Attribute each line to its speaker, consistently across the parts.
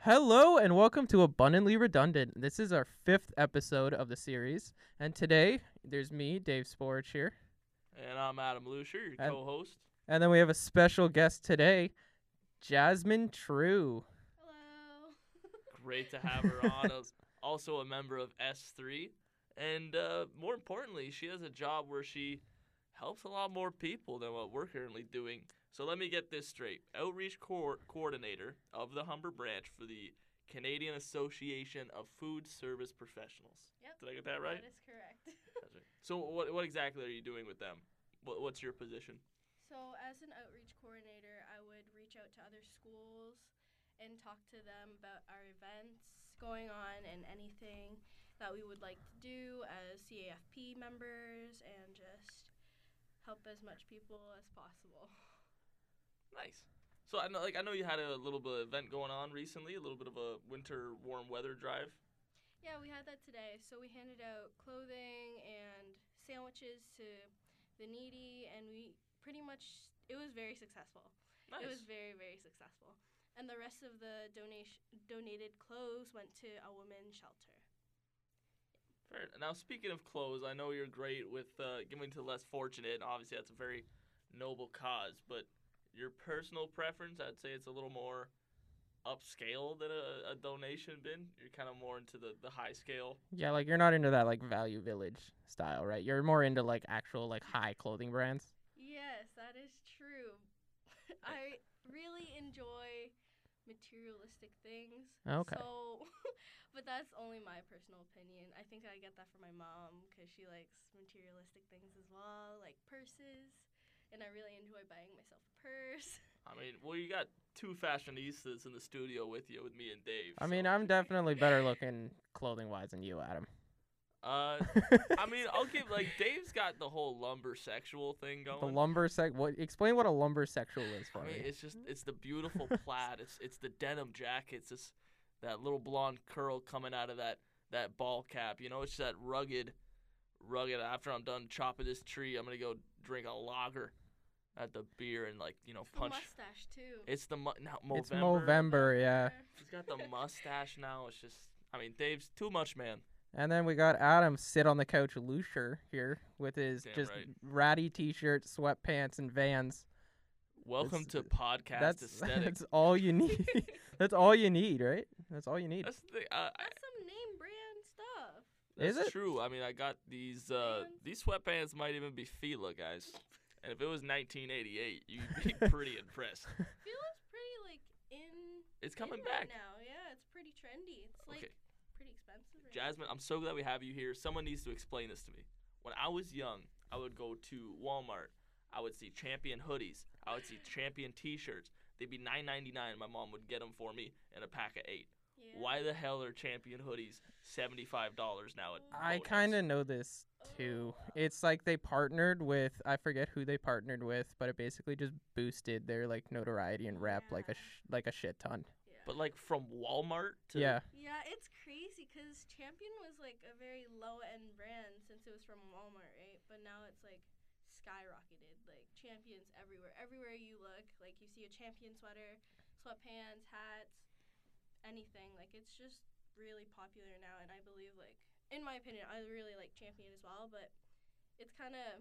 Speaker 1: Hello and welcome to Abundantly Redundant. This is our fifth episode of the series, and today there's me, Dave Sporich here,
Speaker 2: And I'm Adam Lusher, your
Speaker 1: And-
Speaker 2: co-host.
Speaker 1: and then we have a special guest today, Jasmine True.
Speaker 3: Hello.
Speaker 2: Great to have her on. Als- Also a member of S3, and uh, more importantly, she has a job where she helps a lot more people than what we're currently doing. So let me get this straight: outreach coor- coordinator of the Humber branch for the Canadian Association of Food Service Professionals.
Speaker 3: Yep.
Speaker 2: Did I get that right?
Speaker 3: That is correct.
Speaker 2: That's right. So what what exactly are you doing with them? What, what's your position?
Speaker 3: so, as an outreach coordinator, I would reach out to other schools and talk to them about our events going on and anything that we would like to do as CAFP members and just help as much people as possible.
Speaker 2: Nice. So I know, like I know you had a little bit of event going on recently, a little bit of a winter warm weather drive.
Speaker 3: Yeah, we had that today. So we handed out clothing and sandwiches to the needy, and we pretty much it was very successful.
Speaker 2: Nice.
Speaker 3: It was very very successful. And the rest of the donation donated clothes went to a women's shelter.
Speaker 2: Fair. Now speaking of clothes, I know you're great with uh, giving to the less fortunate. and Obviously, that's a very noble cause, but your personal preference, I'd say it's a little more upscale than a, a donation bin. You're kind of more into the, the high scale.
Speaker 1: Yeah, like you're not into that like value village style, right? You're more into like actual like high clothing brands.
Speaker 3: Yes, that is true. I really enjoy materialistic things.
Speaker 1: Okay.
Speaker 3: So, but that's only my personal opinion. I think I get that from my mom because she likes materialistic things as well, like purses. And I really enjoy buying myself a purse.
Speaker 2: I mean, well, you got two fashionistas in the studio with you, with me and Dave.
Speaker 1: I mean,
Speaker 2: so-
Speaker 1: I'm definitely better looking clothing wise than you, Adam.
Speaker 2: uh, I mean, I'll give like Dave's got the whole lumber sexual thing going.
Speaker 1: the lumber sec. What? Explain what a lumber sexual is for
Speaker 2: I
Speaker 1: me.
Speaker 2: mean, it's
Speaker 3: Hmm?
Speaker 2: just it's the beautiful plaid. It's it's the denim jacket. It's just that little blonde curl coming out of that that ball cap. You know, it's that rugged, rugged. After I'm done chopping this tree, I'm gonna go drink a lager at the beer and like you know
Speaker 3: It's the
Speaker 2: punch.
Speaker 3: mustache too.
Speaker 2: It's the mu- now
Speaker 1: It's
Speaker 2: Movember.
Speaker 1: Movember, yeah.
Speaker 2: He's got the mustache now. It's just I mean, Dave's too much, man.
Speaker 1: And then we got Adam sit on the couch, Lusher here with his
Speaker 2: Damn
Speaker 1: just
Speaker 2: right.
Speaker 1: ratty t-shirt, sweatpants, and Vans.
Speaker 2: Welcome
Speaker 1: It's-
Speaker 2: to podcast
Speaker 1: that's
Speaker 2: aesthetic.
Speaker 1: that's all you need. that's all you need, right? That's all you need.
Speaker 2: That's the thing. Uh, I-
Speaker 3: That's some name brand stuff.
Speaker 1: Is
Speaker 2: That's
Speaker 1: it?
Speaker 2: true? I mean, I got these. Uh,
Speaker 3: Pants.
Speaker 2: these sweatpants might even be Fila, guys. And if it was 1988, you'd be pretty impressed.
Speaker 3: Fila's pretty like in,
Speaker 2: It's
Speaker 3: in
Speaker 2: coming
Speaker 3: right
Speaker 2: back.
Speaker 3: now. Yeah, it's pretty trendy. It's like
Speaker 2: Okay,
Speaker 3: pretty expensive. Right now.
Speaker 2: Jasmine, I'm so glad we have you here. Someone needs to explain this to me. When I was young, I would go to Walmart. I would see Champion hoodies. I would see Champion T-shirts. They'd be 9.99. My mom would get them for me in a pack of eight.
Speaker 3: Yeah.
Speaker 2: Why the hell are Champion hoodies 75 dollars now? At
Speaker 1: I
Speaker 2: Lowe's?
Speaker 1: kind of know this too. It's like they partnered with I forget who they partnered with, but it basically just boosted their like notoriety and rep like a
Speaker 3: Yeah.
Speaker 1: sh- like a shit ton.
Speaker 3: Yeah.
Speaker 2: But like from Walmart to
Speaker 1: yeah,
Speaker 3: Yeah, it's crazy because Champion was like a very low end brand since it was from Walmart, right? But now it's like skyrocketed. Like Champions everywhere. Everywhere you look, like you see a Champion sweater, sweatpants, hats, anything. Like it's just really popular now, and I believe like in my opinion, I really like Champion as well, but it's kind of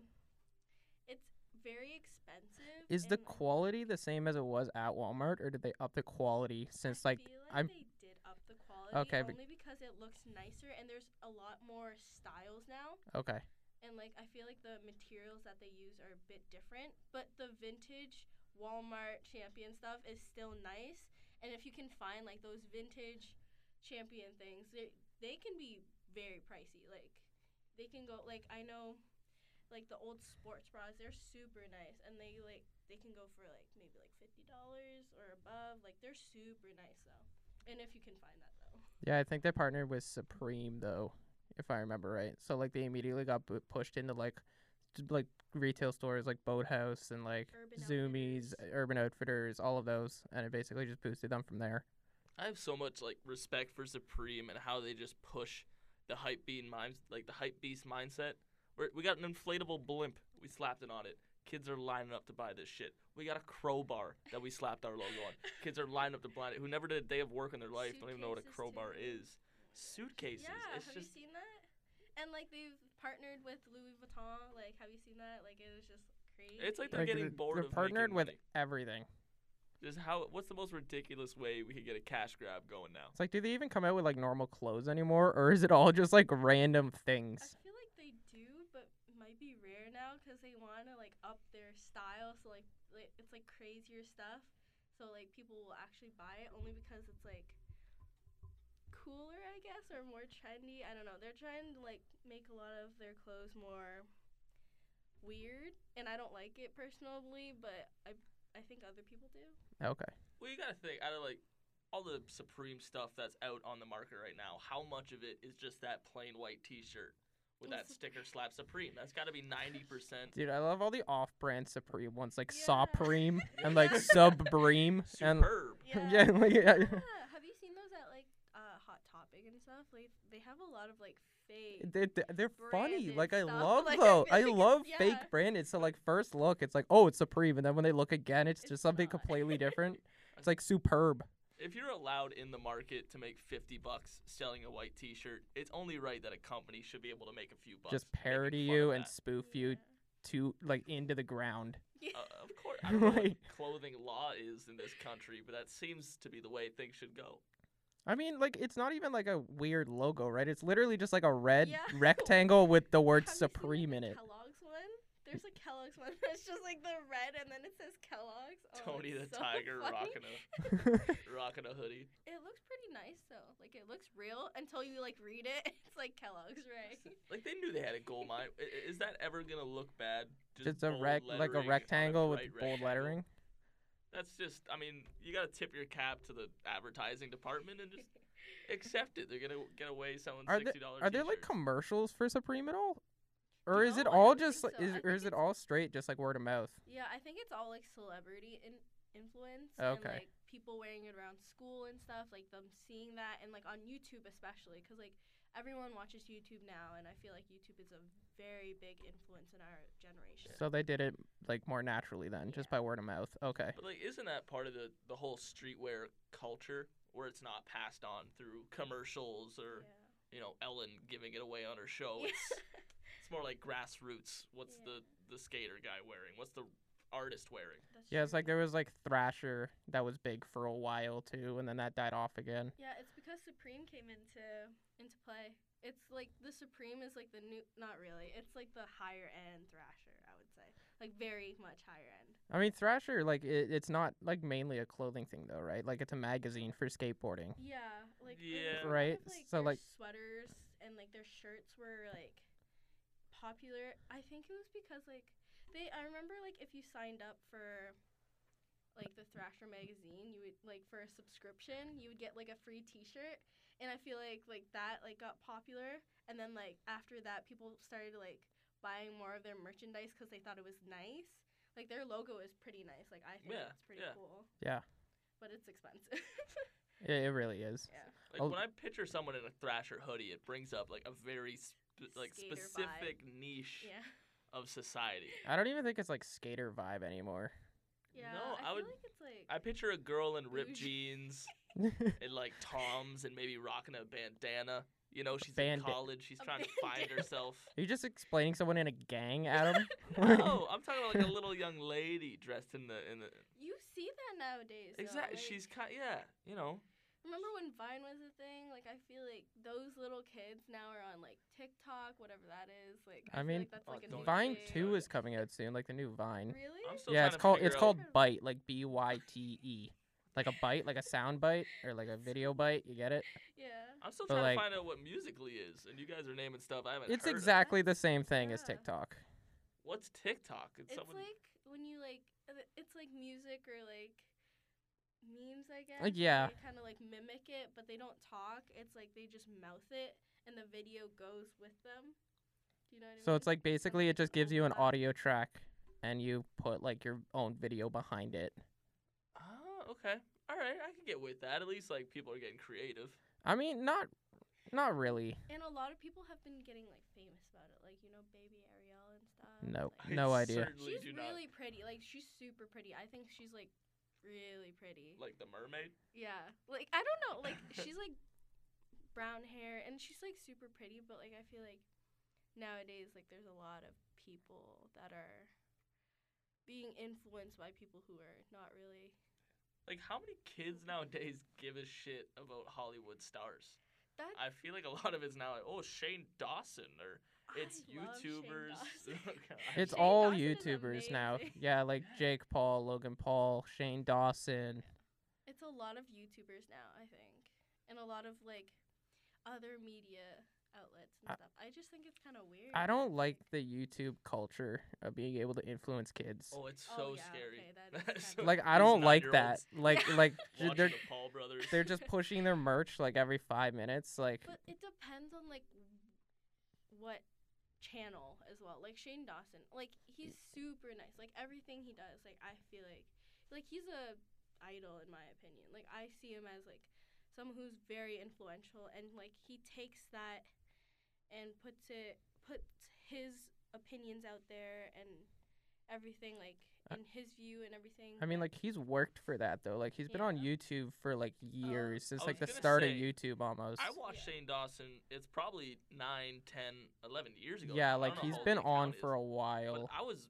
Speaker 3: it's very expensive.
Speaker 1: is the
Speaker 3: and I
Speaker 1: quality the same as it was at Walmart, or did they up the quality since like
Speaker 3: feel like
Speaker 1: I'm
Speaker 3: they did up the quality
Speaker 1: Okay, but-
Speaker 3: only because it looks nicer and there's a lot more styles now
Speaker 1: okay?
Speaker 3: and like I feel like the materials that they use are a bit different, but the vintage Walmart champion stuff is still nice. And if you can find like those vintage champion things, they they can be very pricey. Like they can go like I know like the old sports bras, they're super nice and they like they can go for like maybe like $50 or above. Like they're super nice though. And if you can find that though.
Speaker 1: Yeah, I think they partnered with Supreme though, if I remember right. So like they immediately got bu- pushed into like t- like retail stores like Boathouse and like
Speaker 3: Urban
Speaker 1: Zoomies, uh,
Speaker 3: Outfitters.
Speaker 1: Urban Outfitters, all of those, and it basically just boosted them from there.
Speaker 2: I have so much like respect for Supreme and how they just push the hype being minds like the hype beast mindset. We're, we got an inflatable blimp. We slapped it on it. Kids are lining up to buy this shit. We got a crowbar that we slapped our logo on. Kids are lining up to buy it. Who never did a day of work in their life don't even know what a
Speaker 3: Suitcases,
Speaker 2: crowbar
Speaker 3: too.
Speaker 2: is. Suitcases.
Speaker 3: Yeah,
Speaker 2: it's
Speaker 3: have
Speaker 2: just
Speaker 3: you seen that? And like they've partnered with Louis Vuitton. Like, have you seen that? Like, it was just crazy.
Speaker 2: It's like they're
Speaker 1: Like,
Speaker 2: getting
Speaker 1: th-
Speaker 2: bored
Speaker 1: They're
Speaker 2: of making
Speaker 1: partnered with
Speaker 2: money.
Speaker 1: everything.
Speaker 2: just how. What's the most ridiculous way we could get a cash grab going now?
Speaker 1: It's like, do they even come out with like normal clothes anymore, or is it all just like random
Speaker 3: I
Speaker 1: things?
Speaker 3: feel like they do, but might be rare now because they want to like up their style. So like, like it's like crazier stuff. So like people will actually buy it only because it's like cooler, I guess, or more trendy. I don't know. They're trying to like make a lot of their clothes more weird, and I don't like it personally, but I I think other people do.
Speaker 1: Okay,
Speaker 2: Well, you gotta think out of like all the Supreme stuff that's out on the market right now. How much of it is just that plain white T-shirt with
Speaker 3: Well,
Speaker 2: that sticker slap Supreme? That's gotta be ninety percent.
Speaker 1: dude, I love all the off-brand Supreme ones, like
Speaker 3: Yeah.
Speaker 1: Supreme and like
Speaker 2: Yeah.
Speaker 1: Subbreme and
Speaker 2: Superb.
Speaker 1: yeah, like yeah,
Speaker 3: Yeah.
Speaker 1: yeah.
Speaker 3: Have you seen those at like uh, Hot Topic and stuff? Like they have a lot of like fake.
Speaker 1: They, they- they're funny.
Speaker 3: branded
Speaker 1: Like I
Speaker 3: stuff,
Speaker 1: love
Speaker 3: like, I
Speaker 1: though. I
Speaker 3: think it's-
Speaker 1: love fake
Speaker 3: yeah.
Speaker 1: branded. So like first look, it's like oh, it's Supreme, and then when they look again, it's,
Speaker 3: It's
Speaker 1: just something
Speaker 3: not.
Speaker 1: completely different. It's like superb.
Speaker 2: If you're allowed in the market to make fifty bucks selling a white T-shirt, it's only right that a company should be able to make a few bucks.
Speaker 1: Just
Speaker 2: making
Speaker 1: parody
Speaker 2: fun of
Speaker 1: you and
Speaker 2: that.
Speaker 1: spoof you to like into the ground.
Speaker 3: Yeah.
Speaker 2: Uh, of course, I don't know what
Speaker 1: Like-
Speaker 2: clothing law is in this country, but that seems to be the way things should go.
Speaker 1: I mean, like it's not even like a weird logo, right? It's literally just like a red
Speaker 3: Yeah.
Speaker 1: rectangle with the word
Speaker 3: Have you seen, like,
Speaker 1: Supreme
Speaker 3: the
Speaker 1: in it.
Speaker 3: Kellogg's one. There's a Kellogg's one that's just like the red, and then it says Kellogg's. Oh,
Speaker 2: Tony the
Speaker 3: it's so
Speaker 2: Tiger
Speaker 3: funny.
Speaker 2: rocking a rocking a hoodie.
Speaker 3: It looks pretty nice though. Like it looks real until you like read it. It's like Kellogg's, right?
Speaker 2: Like they knew they had a gold mine. I- i- Is that ever gonna look bad?
Speaker 1: just a
Speaker 2: bold
Speaker 1: rec like
Speaker 2: lettering
Speaker 1: a
Speaker 2: on
Speaker 1: rectangle with
Speaker 2: bright
Speaker 1: bold
Speaker 2: rectangle?
Speaker 1: lettering.
Speaker 2: That's just. I mean, you gotta tip your cap to the advertising department and just accept it. They're gonna get away selling
Speaker 1: Are there-
Speaker 2: sixty dollars.
Speaker 1: Are there like commercials for Supreme at all? Or is it
Speaker 3: No, I
Speaker 1: all
Speaker 3: don't
Speaker 1: just like,
Speaker 3: think so.
Speaker 1: is,
Speaker 3: I
Speaker 1: or
Speaker 3: think
Speaker 1: is it
Speaker 3: it's-
Speaker 1: all straight just like word of mouth?
Speaker 3: Yeah, I think it's all like celebrity in- influence
Speaker 1: Oh,
Speaker 3: and
Speaker 1: Okay.
Speaker 3: like people wearing it around school and stuff, like them seeing that and like on YouTube especially cuz like everyone watches YouTube now and I feel like YouTube is a very big influence in our generation.
Speaker 1: So they did it like more naturally then, just by
Speaker 3: Yeah.
Speaker 1: word of mouth. Okay.
Speaker 2: But like, isn't that part of the the whole streetwear culture where it's not passed on through commercials or
Speaker 3: Yeah.
Speaker 2: you know Ellen giving it away on her show?
Speaker 3: Yeah.
Speaker 2: It's it's more like grassroots. What's
Speaker 3: Yeah.
Speaker 2: the the skater guy wearing? What's the artist wearing?
Speaker 3: That's
Speaker 1: Yeah, it's
Speaker 3: true.
Speaker 1: like there was like Thrasher that was big for a while too, and then that died off again.
Speaker 3: Yeah, it's because Supreme came into into play. It's like the Supreme is like the new not really. It's like the higher end thrasher, I would say. Like very much higher end.
Speaker 1: I mean, Thrasher like it, it's not like mainly a clothing thing though, right? Like it's a magazine for skateboarding.
Speaker 3: Yeah, like it was
Speaker 2: Yeah.
Speaker 3: a lot
Speaker 1: Right,
Speaker 3: of, like,
Speaker 1: so,
Speaker 3: their
Speaker 1: like-
Speaker 3: sweaters and like their shirts were like popular. I think it was because like they. I remember like if you signed up for like the Thrasher magazine, you would like for a subscription, you would get like a free T-shirt. And I feel like like that like got popular, and then like after that, people started like buying more of their merchandise because they thought it was nice. Like their logo is pretty nice. Like I think
Speaker 2: Yeah,
Speaker 3: it's pretty
Speaker 2: yeah.
Speaker 3: cool.
Speaker 1: Yeah.
Speaker 3: But it's expensive.
Speaker 1: It, it really is.
Speaker 3: yeah.
Speaker 2: Like
Speaker 1: Oh.
Speaker 2: when I picture someone in a Thrasher hoodie, it brings up like a very sp- like
Speaker 3: Skater vibe.
Speaker 2: specific niche
Speaker 3: Yeah.
Speaker 2: of society.
Speaker 1: I don't even think it's like skater vibe anymore.
Speaker 3: Yeah,
Speaker 2: No, I
Speaker 3: I,
Speaker 2: would-
Speaker 3: feel like it's like
Speaker 2: I picture a girl in ripped
Speaker 3: Bougie.
Speaker 2: jeans and like Toms and maybe rocking a bandana. You know, she's in
Speaker 1: banda-
Speaker 2: college. She's
Speaker 3: A
Speaker 2: trying to find
Speaker 3: bandana.
Speaker 2: herself.
Speaker 1: Are you just explaining someone in a gang, Adam?
Speaker 2: No, Oh, I'm talking about like a little young lady dressed in the in the.
Speaker 3: you see that nowadays. though,
Speaker 2: Exactly.
Speaker 3: like,
Speaker 2: She's kind. Yeah. You know.
Speaker 3: remember when Vine was a thing? Like I feel like those little kids now are on like TikTok, whatever that is. Like
Speaker 1: I
Speaker 3: I, feel
Speaker 1: mean,
Speaker 3: like that's
Speaker 2: Oh,
Speaker 3: like a
Speaker 2: don't
Speaker 3: new
Speaker 1: Vine
Speaker 3: thing.
Speaker 1: Two is coming out soon, like the new Vine.
Speaker 3: Really?
Speaker 2: I'm still
Speaker 1: Yeah,
Speaker 2: trying
Speaker 1: it's
Speaker 2: to
Speaker 1: called
Speaker 2: figure
Speaker 1: it's
Speaker 2: out-
Speaker 1: called bite, like B Y T E, like a bite, like a sound bite or like a video bite. You get it?
Speaker 3: yeah.
Speaker 2: I'm still
Speaker 1: but,
Speaker 2: trying
Speaker 1: like-
Speaker 2: to find out what musically is, and you guys are naming stuff I haven't.
Speaker 1: It's
Speaker 2: heard of.
Speaker 1: exactly the same thing as
Speaker 3: Yeah.
Speaker 1: TikTok.
Speaker 2: What's TikTok? It's,
Speaker 3: It's
Speaker 2: someone.
Speaker 3: like when you like uh, it's like music or like memes, I guess.
Speaker 1: yeah.
Speaker 3: They kind of like mimic it, but they don't talk. It's like they just mouth it, and the video goes with them. Do you know what I mean?
Speaker 1: So it's like basically it
Speaker 3: Something
Speaker 1: just gives
Speaker 3: cool
Speaker 1: you an
Speaker 3: about-
Speaker 1: audio track, and you put like your own video behind it.
Speaker 2: Oh, okay. All right, I can get with that. At least like people are getting creative.
Speaker 1: I mean, not, not really.
Speaker 3: And a lot of people have been getting like famous about it, like you know, baby Ariel and stuff.
Speaker 1: No,
Speaker 2: I
Speaker 1: no idea.
Speaker 2: certainly
Speaker 3: She's
Speaker 2: do not-
Speaker 3: really pretty. Like she's super pretty. I think she's like really pretty.
Speaker 2: like the mermaid.
Speaker 3: yeah. Like I don't know. Like she's like brown hair and she's like super pretty, but like I feel like nowadays like there's a lot of people that are being influenced by people who are not really
Speaker 2: Like how many kids nowadays give a shit about Hollywood stars?
Speaker 3: that
Speaker 2: I feel like a lot of it's now like, oh Shane Dawson or it's
Speaker 3: I love Shane
Speaker 2: YouTubers.
Speaker 3: Dawson.
Speaker 2: Oh, God.
Speaker 1: It's
Speaker 3: Shane
Speaker 1: all
Speaker 3: Dawson is
Speaker 1: YouTubers now.
Speaker 3: amazing.
Speaker 1: Yeah, like Jake Paul, Logan Paul, Shane Dawson.
Speaker 3: It's a lot of YouTubers now, I think, and a lot of like other media outlets and
Speaker 1: I-
Speaker 3: stuff. I just think it's kind of weird. Oh,
Speaker 1: I
Speaker 3: that
Speaker 1: don't
Speaker 3: it's,
Speaker 1: like the YouTube culture of being able to influence kids.
Speaker 2: Oh, it's
Speaker 3: Oh,
Speaker 2: so
Speaker 3: yeah,
Speaker 2: scary.
Speaker 3: okay, that is
Speaker 2: So-
Speaker 3: kinda-
Speaker 1: Like I
Speaker 2: these
Speaker 1: don't like that.
Speaker 2: nine-year-olds
Speaker 1: Like
Speaker 3: Yeah.
Speaker 1: like j-
Speaker 2: Watching
Speaker 1: they're
Speaker 2: the Paul brothers.
Speaker 1: they're just pushing their merch like every 5 minutes like
Speaker 3: But it depends on like what channel as well. Like Shane Dawson, like he's super nice. Like everything he does, like I feel like like he's a idol in my opinion. Like I see him as like someone who's very influential and like he takes that and puts it puts his opinions out there and everything like
Speaker 1: I-
Speaker 3: in his view and everything.
Speaker 1: Uh, I mean
Speaker 3: but
Speaker 1: like he's worked for that though. Like he's been on
Speaker 3: Yeah.
Speaker 1: YouTube for like years since
Speaker 2: Oh, I
Speaker 1: like
Speaker 2: was
Speaker 1: the
Speaker 2: gonna
Speaker 1: start of
Speaker 2: say,
Speaker 1: YouTube almost.
Speaker 2: I watched
Speaker 3: Yeah.
Speaker 2: Shane Dawson. It's probably nine, ten, eleven years ago.
Speaker 1: Yeah,
Speaker 2: now. I
Speaker 1: like
Speaker 2: don't know
Speaker 1: he's
Speaker 2: how old
Speaker 1: been
Speaker 2: the
Speaker 1: on
Speaker 2: account
Speaker 1: for
Speaker 2: is,
Speaker 1: a while.
Speaker 2: But I was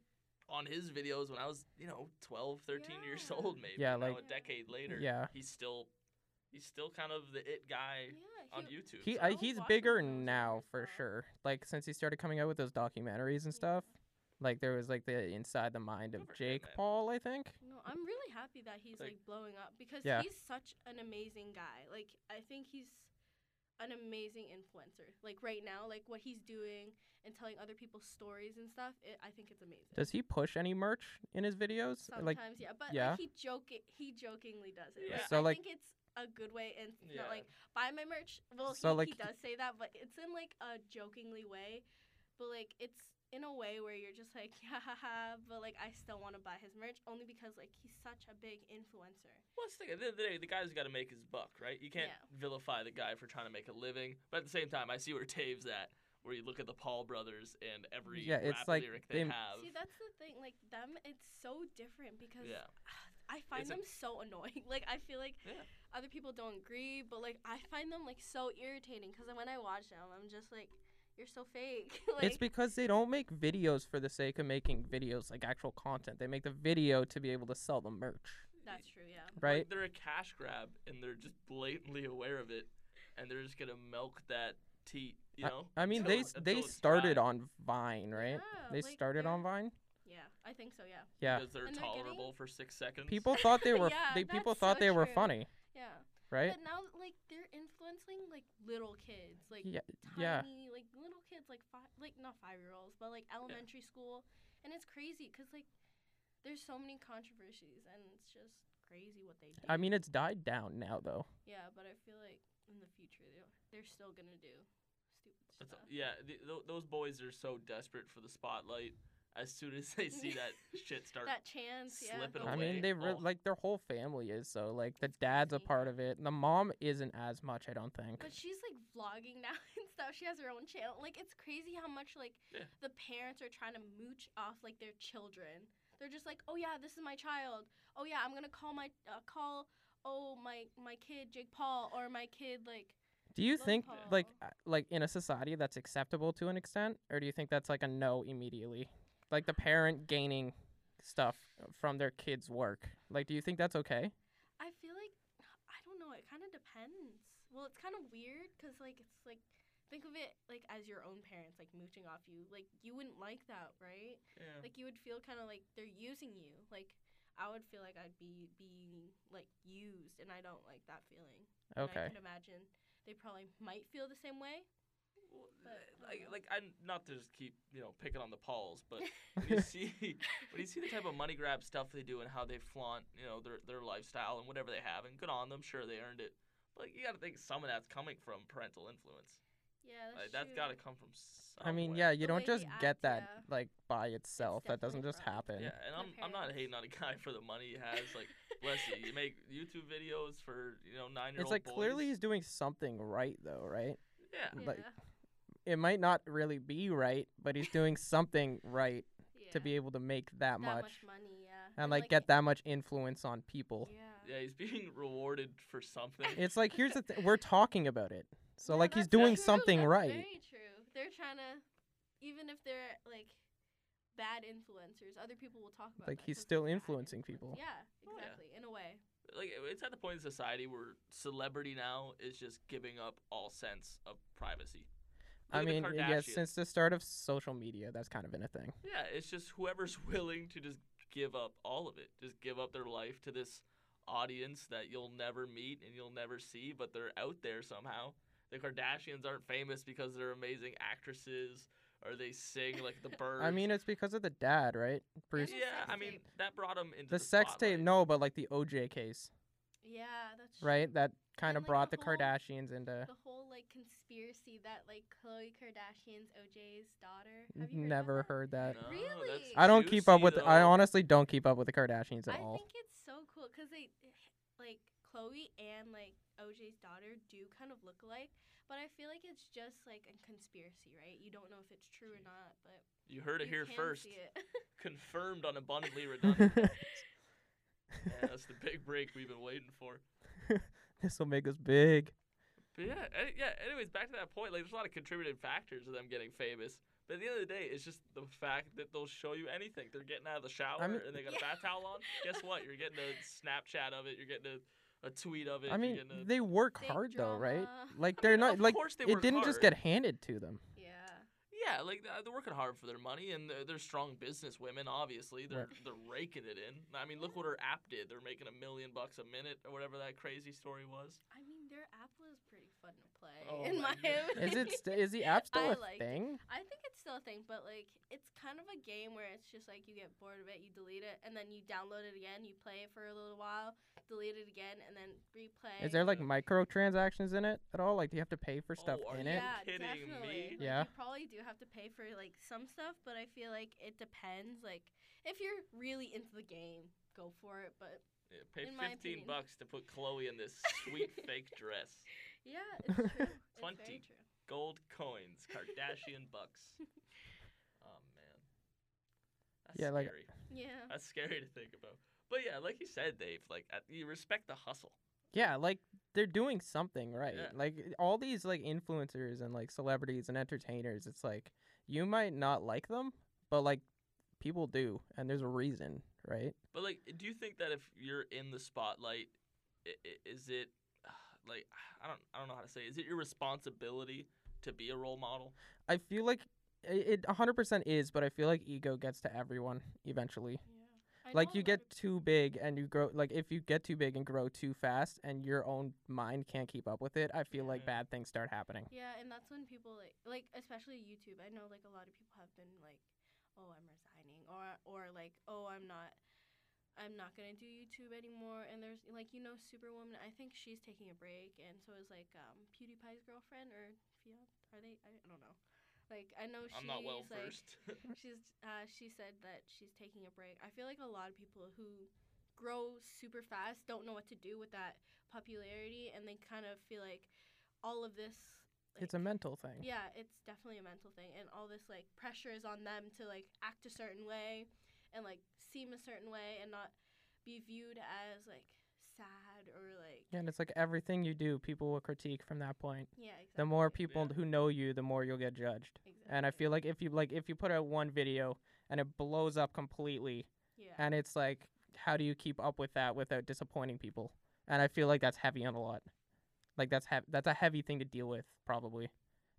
Speaker 2: on his videos when I was, you know, 12, 13 years
Speaker 3: Yeah.
Speaker 2: old, maybe.
Speaker 1: Yeah,
Speaker 2: and now
Speaker 3: like-
Speaker 2: a decade later.
Speaker 1: Yeah.
Speaker 2: He's still, he's still kind of the it guy
Speaker 3: yeah,
Speaker 2: on
Speaker 3: he,
Speaker 2: YouTube.
Speaker 1: He
Speaker 2: so-
Speaker 1: I,
Speaker 3: was
Speaker 1: he's
Speaker 3: watching
Speaker 1: bigger
Speaker 3: when I was younger
Speaker 1: now
Speaker 3: as
Speaker 1: for
Speaker 3: well.
Speaker 1: sure. Like since he started coming out with those documentaries and
Speaker 3: Yeah.
Speaker 1: stuff. Like there was like the inside the mind of
Speaker 2: Good for him,
Speaker 1: Jake
Speaker 2: man.
Speaker 1: Paul, I think.
Speaker 3: No, I'm really happy that he's
Speaker 2: Like-
Speaker 3: like, blowing up because
Speaker 1: Yeah.
Speaker 3: he's such an amazing guy. Like I think he's an amazing influencer. Like right now, like what he's doing and telling other people's stories and stuff, it, I think it's amazing.
Speaker 1: Does he push any merch in his videos?
Speaker 3: Sometimes,
Speaker 1: Like
Speaker 3: yeah, but
Speaker 1: yeah.
Speaker 3: like he joke he jokingly does it.
Speaker 2: Yeah.
Speaker 3: Like,
Speaker 1: So,
Speaker 3: I
Speaker 1: like-
Speaker 3: think it's a good way and it's
Speaker 2: Yeah.
Speaker 3: not like buy my merch. Well,
Speaker 1: So,
Speaker 3: he,
Speaker 1: like,
Speaker 3: he does say that, but it's in like a jokingly way, but like it's in a way where you're just like yeah, ha, ha, but like I still want to buy his merch only because like he's such a big influencer.
Speaker 2: Well, let's think at the end of the day, the guy's got to make his buck, right? You can't
Speaker 3: Yeah.
Speaker 2: vilify the guy for trying to make a living. But at the same time, I see where Tave's at, where you look at the Paul brothers and every
Speaker 1: Yeah, it's
Speaker 2: rap
Speaker 1: like
Speaker 2: lyric they
Speaker 1: they-
Speaker 2: have.
Speaker 3: See, that's the thing. Like them, it's so different because
Speaker 2: Yeah.
Speaker 3: I find
Speaker 2: It's a-
Speaker 3: them so annoying. Like I feel like
Speaker 2: Yeah.
Speaker 3: other people don't agree, but like I find them like so irritating because when I watch them, I'm just like, you're so fake. like,
Speaker 1: it's because they don't make videos for the sake of making videos, like actual content. They make the video to be able to sell the merch,
Speaker 3: that's true. Yeah.
Speaker 2: Like,
Speaker 1: right?
Speaker 2: they're a cash grab and they're just blatantly aware of it and they're just gonna milk that teat, you know?
Speaker 1: I mean, they
Speaker 2: Until-
Speaker 1: s- they
Speaker 2: until it's
Speaker 1: started
Speaker 2: dry,
Speaker 1: on Vine, right?
Speaker 3: Yeah,
Speaker 1: they
Speaker 3: like,
Speaker 1: started on
Speaker 3: they're-
Speaker 1: Vine.
Speaker 3: Yeah, I think so. Yeah.
Speaker 1: Yeah,
Speaker 2: because they're
Speaker 3: And they're getting-
Speaker 2: tolerable for six seconds.
Speaker 1: people thought they were f-
Speaker 3: Yeah,
Speaker 1: they people
Speaker 3: that's
Speaker 1: thought
Speaker 3: so
Speaker 1: they were
Speaker 3: true.
Speaker 1: funny,
Speaker 3: Yeah.
Speaker 1: right?
Speaker 3: But now, like, they're influencing like little kids, like
Speaker 1: Yeah, yeah.
Speaker 3: tiny, like little kids, like five, like not five year olds, but like elementary school, and it's crazy because like there's so many controversies, and it's just crazy what they do.
Speaker 1: I mean, it's died down now though.
Speaker 3: yeah, but I feel like in the future they're, they're still gonna do stupid
Speaker 2: That's- e,
Speaker 3: stuff.
Speaker 2: yeah, th- th- those boys are so desperate for the spotlight. As soon as they see that shit start,
Speaker 3: that chance, yeah.
Speaker 2: slip it
Speaker 1: I
Speaker 2: away.
Speaker 1: mean, they re-
Speaker 2: Oh.
Speaker 1: like their whole family is so like the dad's a
Speaker 3: crazy.
Speaker 1: part of it, and the mom isn't as much, I don't think.
Speaker 3: But she's like vlogging now and stuff. She has her own channel. Like it's crazy how much like
Speaker 2: Yeah.
Speaker 3: the parents are trying to mooch off like their children. They're just like, oh yeah, this is my child. Oh yeah, I'm gonna call my uh, call. Oh my my kid Jake Paul or my kid like
Speaker 1: Do you
Speaker 3: Low
Speaker 1: think
Speaker 3: poll.
Speaker 1: like uh, like in a society that's acceptable to an extent, or do you think that's like a no immediately? Like the parent gaining stuff from their kids' work. Like, do you think that's okay?
Speaker 3: I feel like I don't know. It kind of depends. Well, it's kind of weird because like it's like think of it like as your own parents like mooching off you. Like you wouldn't like that, right?
Speaker 2: yeah.
Speaker 3: like you would feel kind of like they're using you like i would feel like i'd be being like used and i don't like that feeling And
Speaker 1: Okay.
Speaker 3: i can imagine they probably might feel the same way
Speaker 2: Well, eh,
Speaker 3: But,
Speaker 2: like,
Speaker 3: uh,
Speaker 2: like I'm not to just keep you know picking on the Pauls, but when you see when you see the type of money grab stuff they do and how they flaunt you know their their lifestyle and whatever they have, and good on them, sure they earned it. But like, you got to think some of that's coming from parental influence.
Speaker 3: yeah that's
Speaker 2: Like, that's
Speaker 3: true.
Speaker 2: got to come from. Somewhere.
Speaker 1: I mean, yeah, you
Speaker 3: The
Speaker 1: don't
Speaker 3: way they
Speaker 1: just get
Speaker 3: act,
Speaker 1: that
Speaker 3: yeah.
Speaker 1: like by itself. That doesn't
Speaker 3: definitely
Speaker 1: just
Speaker 3: from-
Speaker 1: happen.
Speaker 2: Yeah, and I'm I'm not
Speaker 3: parents.
Speaker 2: hating on a guy for the money he has. Like, bless you, you make YouTube videos for you know nine year
Speaker 1: It's
Speaker 2: old.
Speaker 1: like clearly he's doing something right though, right?
Speaker 2: Yeah.
Speaker 1: like-
Speaker 3: Yeah.
Speaker 1: It might not really be right, but he's doing something right. to be able to make that,
Speaker 3: that
Speaker 1: much,
Speaker 3: money, yeah.
Speaker 1: and like, get that much influence on people.
Speaker 3: Yeah.
Speaker 2: Yeah, he's being rewarded for something.
Speaker 1: It's like here's the th- we're talking about it, so
Speaker 3: No,
Speaker 1: like he's
Speaker 3: that's
Speaker 1: doing
Speaker 3: true,
Speaker 1: something
Speaker 3: that's
Speaker 1: right.
Speaker 3: Very true. They're trying to, even if they're like bad influencers, other people will talk about.
Speaker 1: Like,
Speaker 3: that
Speaker 1: he's
Speaker 3: 'cause
Speaker 1: still
Speaker 3: they're bad
Speaker 1: influencing
Speaker 3: influencers.
Speaker 1: people.
Speaker 3: Yeah,
Speaker 2: Oh, yeah.
Speaker 3: exactly. In a way.
Speaker 2: like it's at the point in society where celebrity now is just giving up all sense of privacy. Look
Speaker 1: I
Speaker 2: at the
Speaker 1: mean, yeah,
Speaker 2: Kardashians.
Speaker 1: since the start of social media, that's kind of been a thing.
Speaker 2: Yeah, it's just whoever's willing to just give up all of it, just give up their life to this audience that you'll never meet and you'll never see, but they're out there somehow. The Kardashians aren't famous because they're amazing actresses or they sing like the birds.
Speaker 1: I mean, it's because of the dad, right? Bruce.
Speaker 2: yeah, I mean
Speaker 3: tape.
Speaker 2: that brought them into
Speaker 1: The sex tape,
Speaker 2: spotlight.
Speaker 1: no, but like the OJ case,
Speaker 3: Yeah, that's true.
Speaker 1: right? That kind of
Speaker 3: And, like, the
Speaker 1: brought the
Speaker 3: whole-
Speaker 1: Kardashians into.
Speaker 3: The whole like conspiracy that like Khloe Kardashian's OJ's daughter. Have you heard about
Speaker 1: Never
Speaker 3: that?
Speaker 1: heard that.
Speaker 2: No,
Speaker 3: Really?
Speaker 2: that's
Speaker 1: I don't keep up
Speaker 2: juicy,
Speaker 1: with. I
Speaker 2: though.
Speaker 1: honestly don't keep up with the Kardashians at
Speaker 3: I
Speaker 1: all.
Speaker 3: think it's so cool because they, like, Chloe and like OJ's daughter do kind of look alike, but I feel like it's just like a conspiracy, right? You don't know if it's true or
Speaker 2: Jeez.
Speaker 3: not, but
Speaker 2: You heard it
Speaker 3: you
Speaker 2: here
Speaker 3: can
Speaker 2: first.
Speaker 3: See it.
Speaker 2: Confirmed on abundantly redundant. yeah, that's the big break we've been waiting for.
Speaker 1: this will make us big.
Speaker 2: But yeah, any, yeah. Anyways, back to that point. Like, there's a lot of contributing factors to them getting famous. But at the end of the day, it's just the fact that they'll show you anything. They're getting out of the shower
Speaker 1: mean-
Speaker 2: and they got
Speaker 3: Yeah.
Speaker 2: a bath towel on. Guess what? You're getting a Snapchat of it. You're getting a, a tweet of it.
Speaker 1: I mean,
Speaker 2: you're getting a,
Speaker 1: they work
Speaker 3: Big
Speaker 1: hard though, right?
Speaker 3: drama.
Speaker 1: Like they're not
Speaker 2: of
Speaker 1: like
Speaker 2: course they
Speaker 1: it
Speaker 2: work
Speaker 1: didn't just get
Speaker 2: hard.
Speaker 1: handed to them.
Speaker 3: yeah.
Speaker 2: yeah, like uh, they're working hard for their money and they're, they're strong business women. Obviously, they're they're raking it in. I mean, look what her app did. They're making a million bucks a minute or whatever that crazy story was.
Speaker 3: I mean, their app was pretty fun to play,
Speaker 2: Oh
Speaker 3: in
Speaker 2: my
Speaker 3: my,
Speaker 2: goodness.
Speaker 3: opinion.
Speaker 1: Is it st- is the app still
Speaker 3: I
Speaker 1: a
Speaker 3: liked it.
Speaker 1: thing?
Speaker 3: I think it's still a thing, but like it's kind of a game where it's just like you get bored of it, you delete it, and then you download it again, you play it for a little while, delete it again, and then replay.
Speaker 1: Is there like
Speaker 2: Yeah.
Speaker 1: microtransactions in it at all? Like do you have to pay for stuff
Speaker 2: Oh, are
Speaker 1: in
Speaker 2: you
Speaker 1: it?
Speaker 3: Yeah,
Speaker 2: kidding
Speaker 3: definitely.
Speaker 2: me?
Speaker 3: Like,
Speaker 1: Yeah.
Speaker 3: You probably do have to pay for like some stuff, but I feel like it depends. Like if you're really into the game, go for it. But
Speaker 2: Yeah, pay
Speaker 3: In my
Speaker 2: 15
Speaker 3: opinion.
Speaker 2: bucks to put Chloe in this sweet fake dress.
Speaker 3: yeah, it's true. it's
Speaker 2: 20.
Speaker 3: very true.
Speaker 2: gold coins, Kardashian bucks. Oh man, that's
Speaker 1: Yeah, like-
Speaker 2: scary.
Speaker 3: Yeah.
Speaker 2: that's scary to think about. But yeah, like you said, Dave, like uh, you respect the hustle.
Speaker 1: Yeah, like they're doing something right.
Speaker 2: Yeah.
Speaker 1: Like all these like influencers and like celebrities and entertainers, it's like you might not like them, but like people do and there's a reason, right?
Speaker 2: But like, do you think that if you're in the spotlight, i- i- is it like I don't I don't know how to say? it. Is it your responsibility to be a role model?
Speaker 1: I feel like i- it 100% is, but I feel like ego gets to everyone eventually.
Speaker 3: Yeah. I
Speaker 1: like you
Speaker 3: know a lot
Speaker 1: get too big and you grow like if you get too big and grow too fast and your own mind can't keep up with it i feel like
Speaker 2: Yeah.
Speaker 1: bad things start happening
Speaker 3: of- yeah, and that's when people like like especially YouTube. I know like a lot of people have been like, oh, I'm resigning, or or like, oh, I'm not. I'm not gonna do YouTube anymore, and there's like you know Superwoman. I think she's taking a break, and so is like um, PewDiePie's girlfriend or fiance. Are they? I don't know. Like I know she's
Speaker 2: I'm not well
Speaker 3: like,
Speaker 2: versed.
Speaker 3: She's uh, she said that she's taking a break. I feel like a lot of people who grow super fast don't know what to do with that popularity, and they kind of feel like all of this. Like,
Speaker 1: it's a mental thing
Speaker 3: yeah, it's definitely a mental thing, and all this like pressure is on them to like act a certain way, and like seem a certain way, and not be viewed as like sad or like
Speaker 1: and it's like everything you do people will critique from that point
Speaker 3: yeah. Exactly.
Speaker 1: the more people
Speaker 2: Yeah.
Speaker 1: who know you the more you'll get judged
Speaker 3: exactly.
Speaker 1: and i feel like if you like if you put out one video and it blows up completely
Speaker 3: yeah.
Speaker 1: and it's like how do you keep up with that without disappointing people and i feel like that's heavy on a lot like that's hev- that's a heavy thing to deal with probably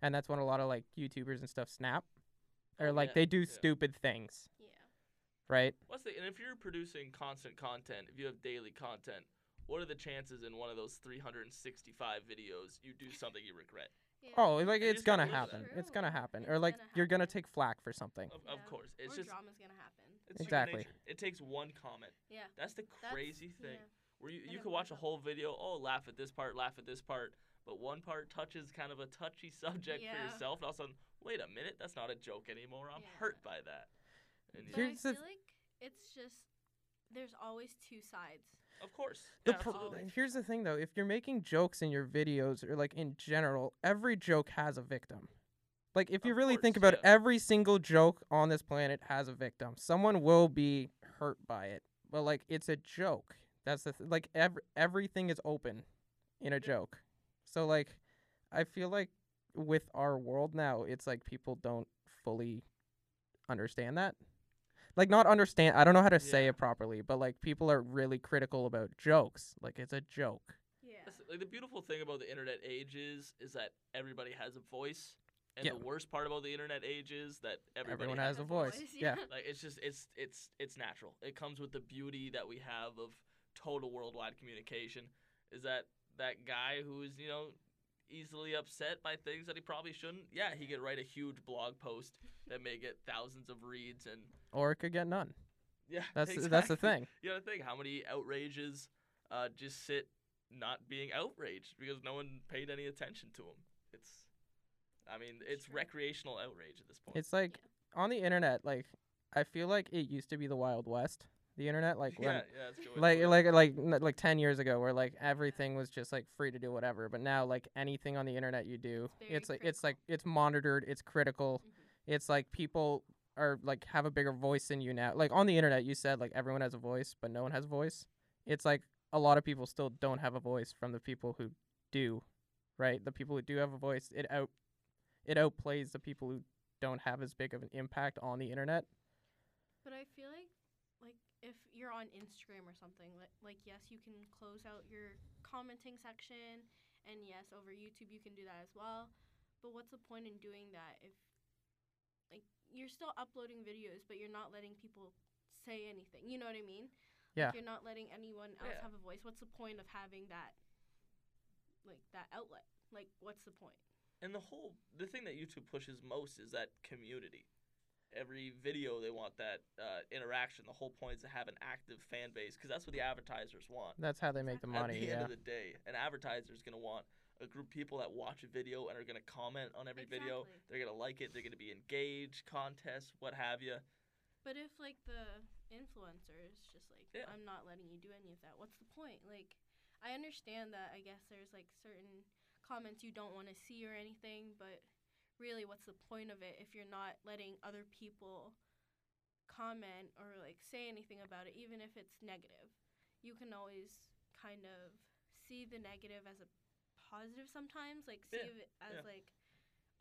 Speaker 1: and that's when a lot of like youtubers and stuff snap or
Speaker 2: Oh,
Speaker 1: like
Speaker 2: yeah,
Speaker 1: they do
Speaker 2: yeah.
Speaker 1: stupid things
Speaker 3: yeah.
Speaker 1: right
Speaker 2: What's the and if you're producing constant content, if you have daily content, what are the chances in one of those 365 videos you do something you regret?
Speaker 3: Yeah.
Speaker 1: oh like
Speaker 2: You
Speaker 1: it's
Speaker 2: just gotta
Speaker 1: gonna
Speaker 2: live
Speaker 1: happen
Speaker 2: with
Speaker 3: it.
Speaker 1: it's gonna happen or
Speaker 3: It's
Speaker 1: like
Speaker 3: gonna
Speaker 1: you're gonna
Speaker 3: happen.
Speaker 1: take flack for something
Speaker 2: Of,
Speaker 3: Yeah.
Speaker 2: of course, it's
Speaker 3: or
Speaker 2: just
Speaker 3: drama's gonna happen.
Speaker 2: it's human
Speaker 1: Exactly.
Speaker 2: nature. It takes one comment.
Speaker 3: Yeah.
Speaker 2: That's the
Speaker 3: That's-
Speaker 2: crazy thing.
Speaker 3: yeah.
Speaker 2: Where you,
Speaker 3: I
Speaker 2: you could
Speaker 3: never thought
Speaker 2: watch a
Speaker 3: about
Speaker 2: whole video, oh, laugh at this part, laugh at this part, but one part touches kind of a touchy subject for
Speaker 3: Yeah.
Speaker 2: yourself, and all of a sudden, wait a minute, that's not a joke anymore. I'm
Speaker 3: Yeah.
Speaker 2: hurt by that. And you-
Speaker 3: But
Speaker 1: Here's
Speaker 3: I
Speaker 1: the
Speaker 3: feel like it's just there's always two sides.
Speaker 2: of course.
Speaker 1: The
Speaker 2: yeah,
Speaker 1: pro-
Speaker 2: absolutely.
Speaker 3: Always.
Speaker 1: here's the thing though if you're making jokes in your videos or like in general every joke has a victim Like if you
Speaker 2: Of
Speaker 1: really think
Speaker 2: course,
Speaker 1: about it,
Speaker 2: yeah.
Speaker 1: every single joke on this planet has a victim. Someone will be hurt by it. But like it's a joke. That's the th- like every everything is open in a joke. So like I feel like with our world now, it's like people don't fully understand that. Like not understand, I don't know how to say
Speaker 2: Yeah.
Speaker 1: it properly, but like people are really critical about jokes. Like it's a joke.
Speaker 3: Yeah.
Speaker 2: That's- like the beautiful thing about the internet age is, is that everybody has a voice, and
Speaker 1: Yeah.
Speaker 2: the worst part about the internet age is that everybody
Speaker 1: Everyone
Speaker 2: has
Speaker 1: has a voice. Yeah.
Speaker 2: like it's just it's it's it's natural it comes with the beauty that we have of total worldwide communication is that that guy who is you know easily upset by things that he probably shouldn't yeah he could write a huge blog post that may get thousands of reads and
Speaker 1: Or it could get none.
Speaker 2: yeah
Speaker 1: That's that's the
Speaker 2: exactly.
Speaker 1: thing.
Speaker 2: you know the thing how many outrages uh, just sit not being outraged because no one paid any attention to him it's i mean it's
Speaker 3: true.
Speaker 2: recreational outrage at this point
Speaker 1: It's like on the internet, like I feel like it used to be the Wild West. The internet, like
Speaker 2: yeah,
Speaker 1: when,
Speaker 2: yeah, that's a good way to
Speaker 1: like
Speaker 2: put it.
Speaker 1: like like n- like ten years ago, where like everything was just like free to do whatever. But now, like anything on the internet you do,
Speaker 3: It's very
Speaker 1: it's like it's like it's monitored, it's critical,
Speaker 3: Mhm.
Speaker 1: it's like people are like have a bigger voice than you now. Like on the internet, you said like everyone has a voice, but no one has a voice. It's like a lot of people still don't have a voice from the people who do, right? The people who do have a voice, it out it outplays the people who don't have as big of an impact on the internet.
Speaker 3: But I feel like, like if you're on Instagram or something, like, like yes, you can close out your commenting section, and yes, over YouTube you can do that as well. But what's the point in doing that if, like, you're still uploading videos, but you're not letting people say anything? You know what I mean?
Speaker 1: Yeah.
Speaker 3: Like you're not letting anyone else
Speaker 2: Yeah.
Speaker 3: have a voice. What's the point of having that, like, that outlet? Like, what's the point?
Speaker 2: and the whole the thing that YouTube pushes most is that community. Every video they want that uh, interaction. The whole point is to have an active fan base because that's what the advertisers want.
Speaker 1: That's how they make the
Speaker 2: At
Speaker 1: money.
Speaker 2: the end
Speaker 1: yeah.
Speaker 2: of the day, an advertiser is gonna want a group of people that watch a video and are gonna comment on every video.
Speaker 3: Exactly.
Speaker 2: They're gonna like it. They're gonna be engaged, contests, what have you.
Speaker 3: But if like the influencer is just like,
Speaker 2: Yeah.
Speaker 3: I'm not letting you do any of that. What's the point? Like, I understand that. I guess there's like certain comments you don't want to see or anything, but really, what's the point of it if you're not letting other people comment or like say anything about it, even if it's negative? You can always kind of see the negative as a positive sometimes, like see
Speaker 2: Yeah,
Speaker 3: it as
Speaker 2: yeah.
Speaker 3: like,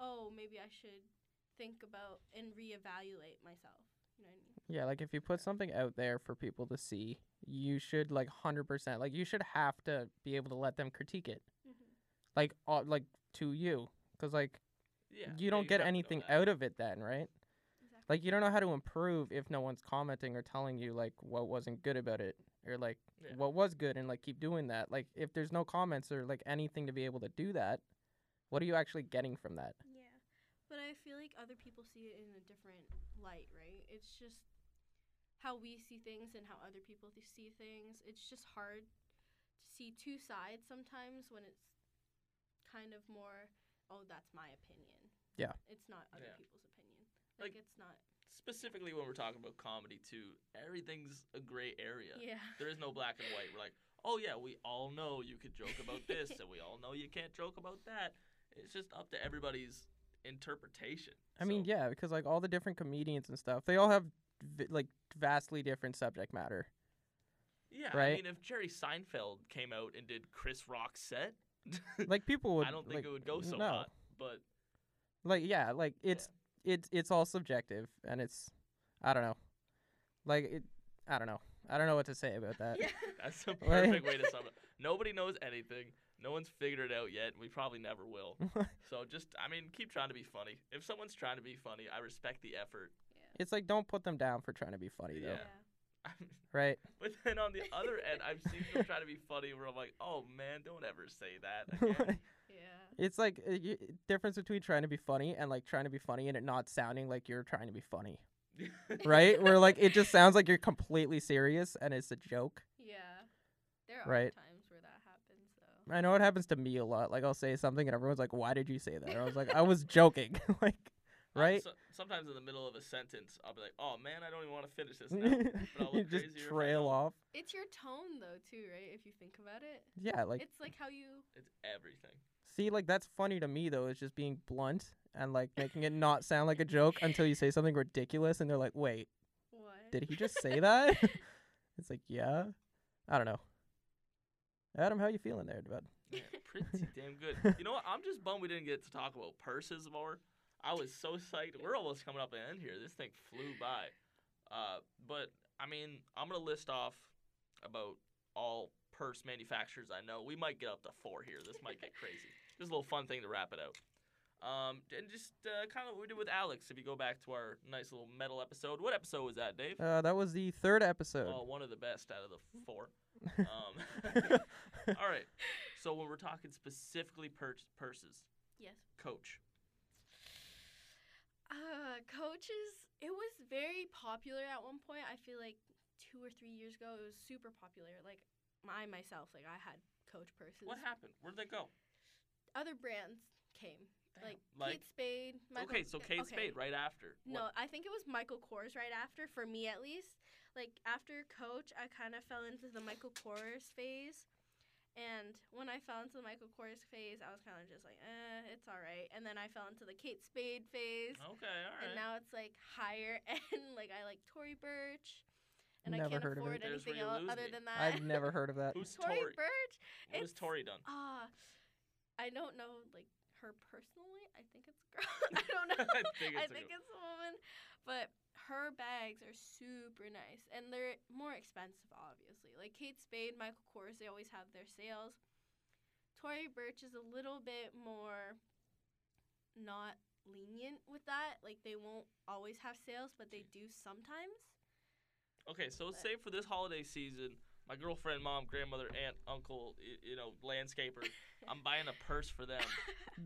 Speaker 3: oh, maybe I should think about and reevaluate myself. You know what I mean?
Speaker 1: Yeah, like if you put something out there for people to see, you should like 100%, like you should have to be able to let them critique it. Like uh, like to you cuz like
Speaker 2: Yeah.
Speaker 1: you don't get anything
Speaker 2: out.
Speaker 1: out of it then, right?
Speaker 3: Exactly.
Speaker 1: Like you don't know how to improve if no one's commenting or telling you like what wasn't good about it or like
Speaker 2: Yeah.
Speaker 1: what was good and like keep doing that. Like if there's no comments or like anything to be able to do that, what are you actually getting from that?
Speaker 3: Yeah. But I feel like other people see it in a different light, right? It's just how we see things and how other people th- see things. It's just hard to see two sides sometimes when it's kind of more, oh, that's my opinion.
Speaker 1: Yeah.
Speaker 3: It's not other
Speaker 2: Yeah.
Speaker 3: people's opinion.
Speaker 2: Like-
Speaker 3: Like, it's not.
Speaker 2: Specifically when we're talking about comedy too, everything's a gray area.
Speaker 3: Yeah.
Speaker 2: There is no black and white. We're like, oh yeah, we all know you could joke about this, and we all know you can't joke about that. It's just up to everybody's interpretation.
Speaker 1: I mean,
Speaker 2: So,
Speaker 1: yeah, because like all the different comedians and stuff, they all have vi- like vastly different subject matter.
Speaker 2: yeah. I
Speaker 1: right?
Speaker 2: mean, if Jerry Seinfeld came out and did Chris Rock's set,
Speaker 1: Like people would.
Speaker 2: I don't think
Speaker 1: like,
Speaker 2: it would go so
Speaker 1: no.
Speaker 2: hot. But
Speaker 1: Like yeah, like it's it's it's all subjective and it's I don't know, like it I don't know I don't know what to say about that.
Speaker 3: yeah.
Speaker 2: that's the
Speaker 1: Right.
Speaker 2: perfect way to sum it. up. Nobody knows anything. No one's figured it out yet. and We probably never will. So just, I mean, keep trying to be funny. If someone's trying to be funny, I respect the effort.
Speaker 1: it's like don't put them down for trying to be funny though,
Speaker 2: Yeah.
Speaker 1: right?
Speaker 2: But then on the other end, I've seen people try to be funny where I'm like, oh man, don't ever say that. Again.
Speaker 3: Yeah.
Speaker 1: it's like uh, y- difference between trying to be funny and like trying to be funny and it not sounding like you're trying to be funny, right? Where like it just sounds like you're completely serious and it's a joke.
Speaker 3: Yeah. There are
Speaker 1: Right.
Speaker 3: times where that happens, though.
Speaker 1: I know it happens to me a lot. Like I'll say something and everyone's like, "Why did you say that?" And I was like, "I was joking." like, right?
Speaker 2: So- sometimes in the middle of a sentence, I'll be like, oh man, I don't even want to finish this now. But I'll
Speaker 1: you
Speaker 2: look
Speaker 1: just
Speaker 2: crazier if I
Speaker 1: trail
Speaker 2: don't.
Speaker 1: off.
Speaker 3: It's your tone, though, too, right? If you think about it,
Speaker 1: Yeah, like
Speaker 3: it's like how you
Speaker 2: It's everything.
Speaker 1: See, like that's funny to me though. It's just being blunt and like making it not sound like a joke until you say something ridiculous, and they're like, "Wait,
Speaker 3: What?
Speaker 1: did he just say that?" it's like, yeah, I don't know. Adam, how you feeling there, bud?
Speaker 2: Yeah, pretty damn good. You know what? I'm just bummed we didn't get to talk about purses more. I was so psyched. We're almost coming up and end here. This thing flew by. Uh, but I mean, I'm gonna list off about all purse manufacturers I know. We might get up to four here. This might get crazy. Just a little fun thing to wrap it out. Um, and just uh, kind of what we did with Alex. If you go back to our nice little metal episode, what episode was that, Dave?
Speaker 1: Uh, that was the third episode.
Speaker 2: Oh, one of the best out of the four. Um, all right. So when we're talking specifically pur- purses,
Speaker 3: Yes.
Speaker 2: Coach.
Speaker 3: Uh, coaches. It was very popular at one point. I feel like two or three years ago, it was super popular. Like I myself, like I had coach purses.
Speaker 2: What happened? Where'd they go?
Speaker 3: Other brands came.
Speaker 2: Damn.
Speaker 3: Like,
Speaker 2: Like-
Speaker 3: Kate Spade. Michael,
Speaker 2: okay, so Kate
Speaker 3: okay.
Speaker 2: Spade right after.
Speaker 3: No,
Speaker 2: What-
Speaker 3: I think it was Michael Kors right after, for me at least. Like after Coach, I kind of fell into the Michael Kors phase. And when I fell into the Michael Kors phase, I was kind of just like, eh, it's all right. And then I fell into the Kate Spade phase.
Speaker 2: Okay, all right.
Speaker 3: And now it's like higher end. Like I like Tory Birch. And
Speaker 1: Never
Speaker 3: I can't
Speaker 1: heard of it.
Speaker 3: afford
Speaker 2: There's where
Speaker 3: anything
Speaker 2: you
Speaker 3: else
Speaker 2: lose
Speaker 3: other
Speaker 2: me.
Speaker 3: than that.
Speaker 1: I've never heard of that.
Speaker 2: Who's
Speaker 3: Tory
Speaker 2: Tori?
Speaker 3: Birch?
Speaker 2: What has
Speaker 3: it's-
Speaker 2: Tori done?
Speaker 3: Ah, I don't know like her personally. I think it's a girl. I don't know.
Speaker 2: I think
Speaker 3: I
Speaker 2: it's a
Speaker 3: think
Speaker 2: girl.
Speaker 3: it's a woman, but her bags are super nice and they're more expensive, obviously. Like Kate Spade, Michael Kors, they always have their sales. Tory Burch is a little bit more not lenient with that. Like they won't always have sales, but they do sometimes.
Speaker 2: Okay, so
Speaker 3: but-
Speaker 2: say for this holiday season, my girlfriend, mom, grandmother, aunt, uncle, y- you know, landscaper, I'm buying a purse for them.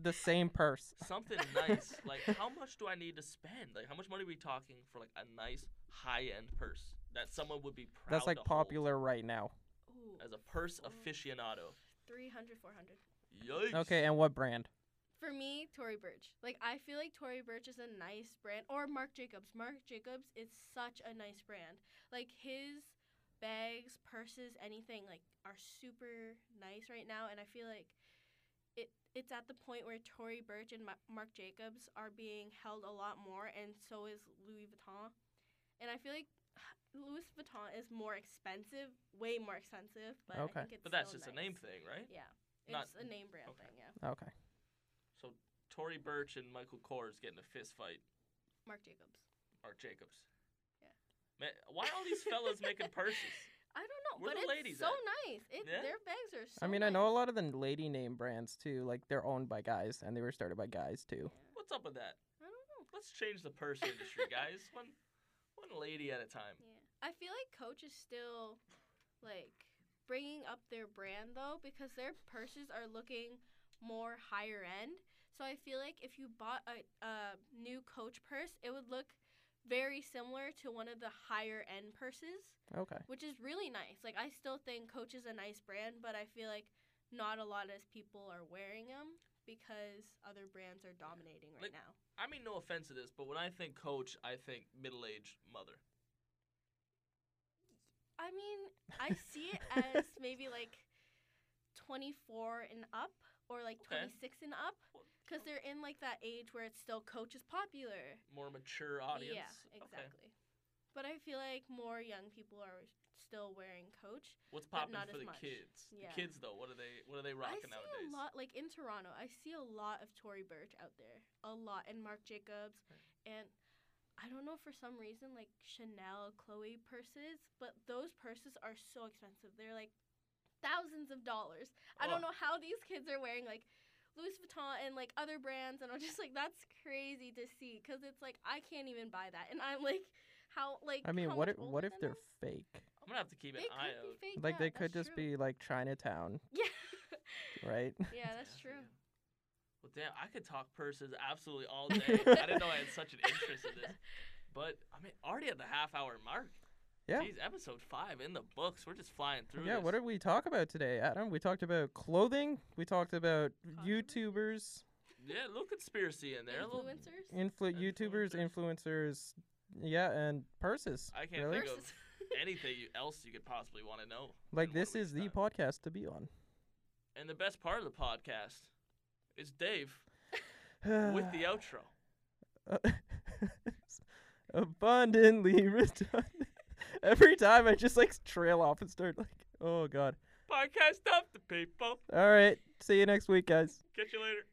Speaker 1: The same purse.
Speaker 2: Something nice. Like, how much do I need to spend? Like, how much money are we talking for like a nice high end purse that someone would be proud?
Speaker 1: That's like
Speaker 2: to hold
Speaker 1: popular right now.
Speaker 3: Ooh,
Speaker 2: as a purse aficionado.
Speaker 3: 300, 400.
Speaker 2: Yikes.
Speaker 1: Okay, and what brand?
Speaker 3: For me, Tory Burch. Like I feel like Tory Burch is a nice brand, or Marc Jacobs. Marc Jacobs is such a nice brand. Like his bags, purses, anything like are super nice right now, and I feel like it it's at the point where Tory Burch and Ma- Marc Jacobs are being held a lot more, and so is Louis Vuitton. And I feel like Louis Vuitton is more expensive, way more expensive, but
Speaker 1: Okay.
Speaker 3: I think it's
Speaker 2: But that's
Speaker 3: still
Speaker 2: just a name
Speaker 3: nice.
Speaker 2: thing, right?
Speaker 3: Yeah,
Speaker 2: Not-
Speaker 3: it's a name brand
Speaker 2: okay.
Speaker 3: thing. Yeah,
Speaker 1: Okay.
Speaker 2: So Tory Burch and Michael Kors getting a fist fight.
Speaker 3: Marc Jacobs.
Speaker 2: Mark Jacobs.
Speaker 3: Yeah.
Speaker 2: Man, why all these fellas making purses?
Speaker 3: I don't know,
Speaker 2: Where
Speaker 3: but
Speaker 2: the
Speaker 3: it's
Speaker 2: ladies
Speaker 3: so
Speaker 2: at?
Speaker 3: nice. It,
Speaker 2: Yeah?
Speaker 3: Their bags are so
Speaker 1: I mean, I know a
Speaker 3: nice.
Speaker 1: lot of the lady name brands too. Like they're owned by guys, and they were started by guys too.
Speaker 3: Yeah.
Speaker 2: What's up with that?
Speaker 3: I don't know.
Speaker 2: Let's change the purse industry, guys. One, one lady at a time.
Speaker 3: Yeah. I feel like Coach is still like bringing up their brand though because their purses are looking more higher end. So I feel like if you bought a, a new Coach purse, it would look very similar to one of the higher end purses,
Speaker 1: Okay.
Speaker 3: which is really nice. Like I still think Coach is a nice brand, but I feel like not a lot of people are wearing them because other brands are dominating
Speaker 2: Like,
Speaker 3: right now.
Speaker 2: I mean, no offense to this, but when I think coach, I think middle-aged mother.
Speaker 3: I mean, I see it as maybe like 24 and up or like
Speaker 2: Okay.
Speaker 3: 26 and up
Speaker 2: Well,
Speaker 3: because they're in like that age where it's still coach is popular.
Speaker 2: More mature audience.
Speaker 3: Yeah,
Speaker 2: Okay.
Speaker 3: exactly. But I feel like more young people are still wearing coach.
Speaker 2: What's
Speaker 3: But
Speaker 2: popping
Speaker 3: not
Speaker 2: for
Speaker 3: as
Speaker 2: the
Speaker 3: much.
Speaker 2: kids?
Speaker 3: Yeah.
Speaker 2: The kids though, what are they? What are they
Speaker 3: I
Speaker 2: rocking
Speaker 3: see
Speaker 2: nowadays?
Speaker 3: a lot, like in Toronto, I see a lot of Tory Burch out there. A lot. And Marc Jacobs.
Speaker 2: Right.
Speaker 3: And I don't know for some reason, like Chanel, Chloe purses, but those purses are so expensive. They're like thousands of dollars. I
Speaker 2: Oh.
Speaker 3: don't know how these kids are wearing like Louis Vuitton and like other brands. And I'm just like, that's crazy to see because it's like, I can't even buy that. And I'm like, how, like,
Speaker 1: I mean,
Speaker 3: how
Speaker 1: what
Speaker 3: much
Speaker 1: if what
Speaker 3: older
Speaker 1: if
Speaker 3: than
Speaker 1: they're
Speaker 3: us?
Speaker 1: fake?
Speaker 2: I'm gonna have to keep an
Speaker 3: They
Speaker 2: eye
Speaker 3: could be
Speaker 2: out.
Speaker 3: fake,
Speaker 1: Like
Speaker 3: yeah,
Speaker 1: they
Speaker 3: that's
Speaker 1: could just
Speaker 3: true.
Speaker 1: be like Chinatown,
Speaker 3: Yeah.
Speaker 1: right?
Speaker 3: yeah, that's
Speaker 2: Yeah,
Speaker 3: true.
Speaker 2: yeah. Well, damn, I could talk purses absolutely all day. I didn't know I had such an interest in this. But I mean, already at the half hour mark.
Speaker 1: Yeah.
Speaker 2: Jeez, episode five in the books. We're just flying through.
Speaker 1: yeah.
Speaker 2: This.
Speaker 1: What did we talk about today, Adam? We talked about clothing. We talked about
Speaker 3: Cosmetics.
Speaker 1: YouTubers,
Speaker 2: Yeah, a little conspiracy in there. A little.
Speaker 3: Influencers.
Speaker 1: influ- YouTubers, influencers. Yeah, and purses.
Speaker 2: I can't
Speaker 1: really.
Speaker 2: think of
Speaker 3: Versus-
Speaker 2: anything you, else you could possibly want to know.
Speaker 1: like
Speaker 2: in one
Speaker 1: this
Speaker 2: week's
Speaker 1: is the
Speaker 2: time.
Speaker 1: podcast to be on.
Speaker 2: and the best part of the podcast It's Dave with the outro.
Speaker 1: Uh, abundantly redundant. Every time I just like trail off and start like, oh god.
Speaker 2: Podcast up the people.
Speaker 1: All right, see you next week, guys.
Speaker 2: Catch you later.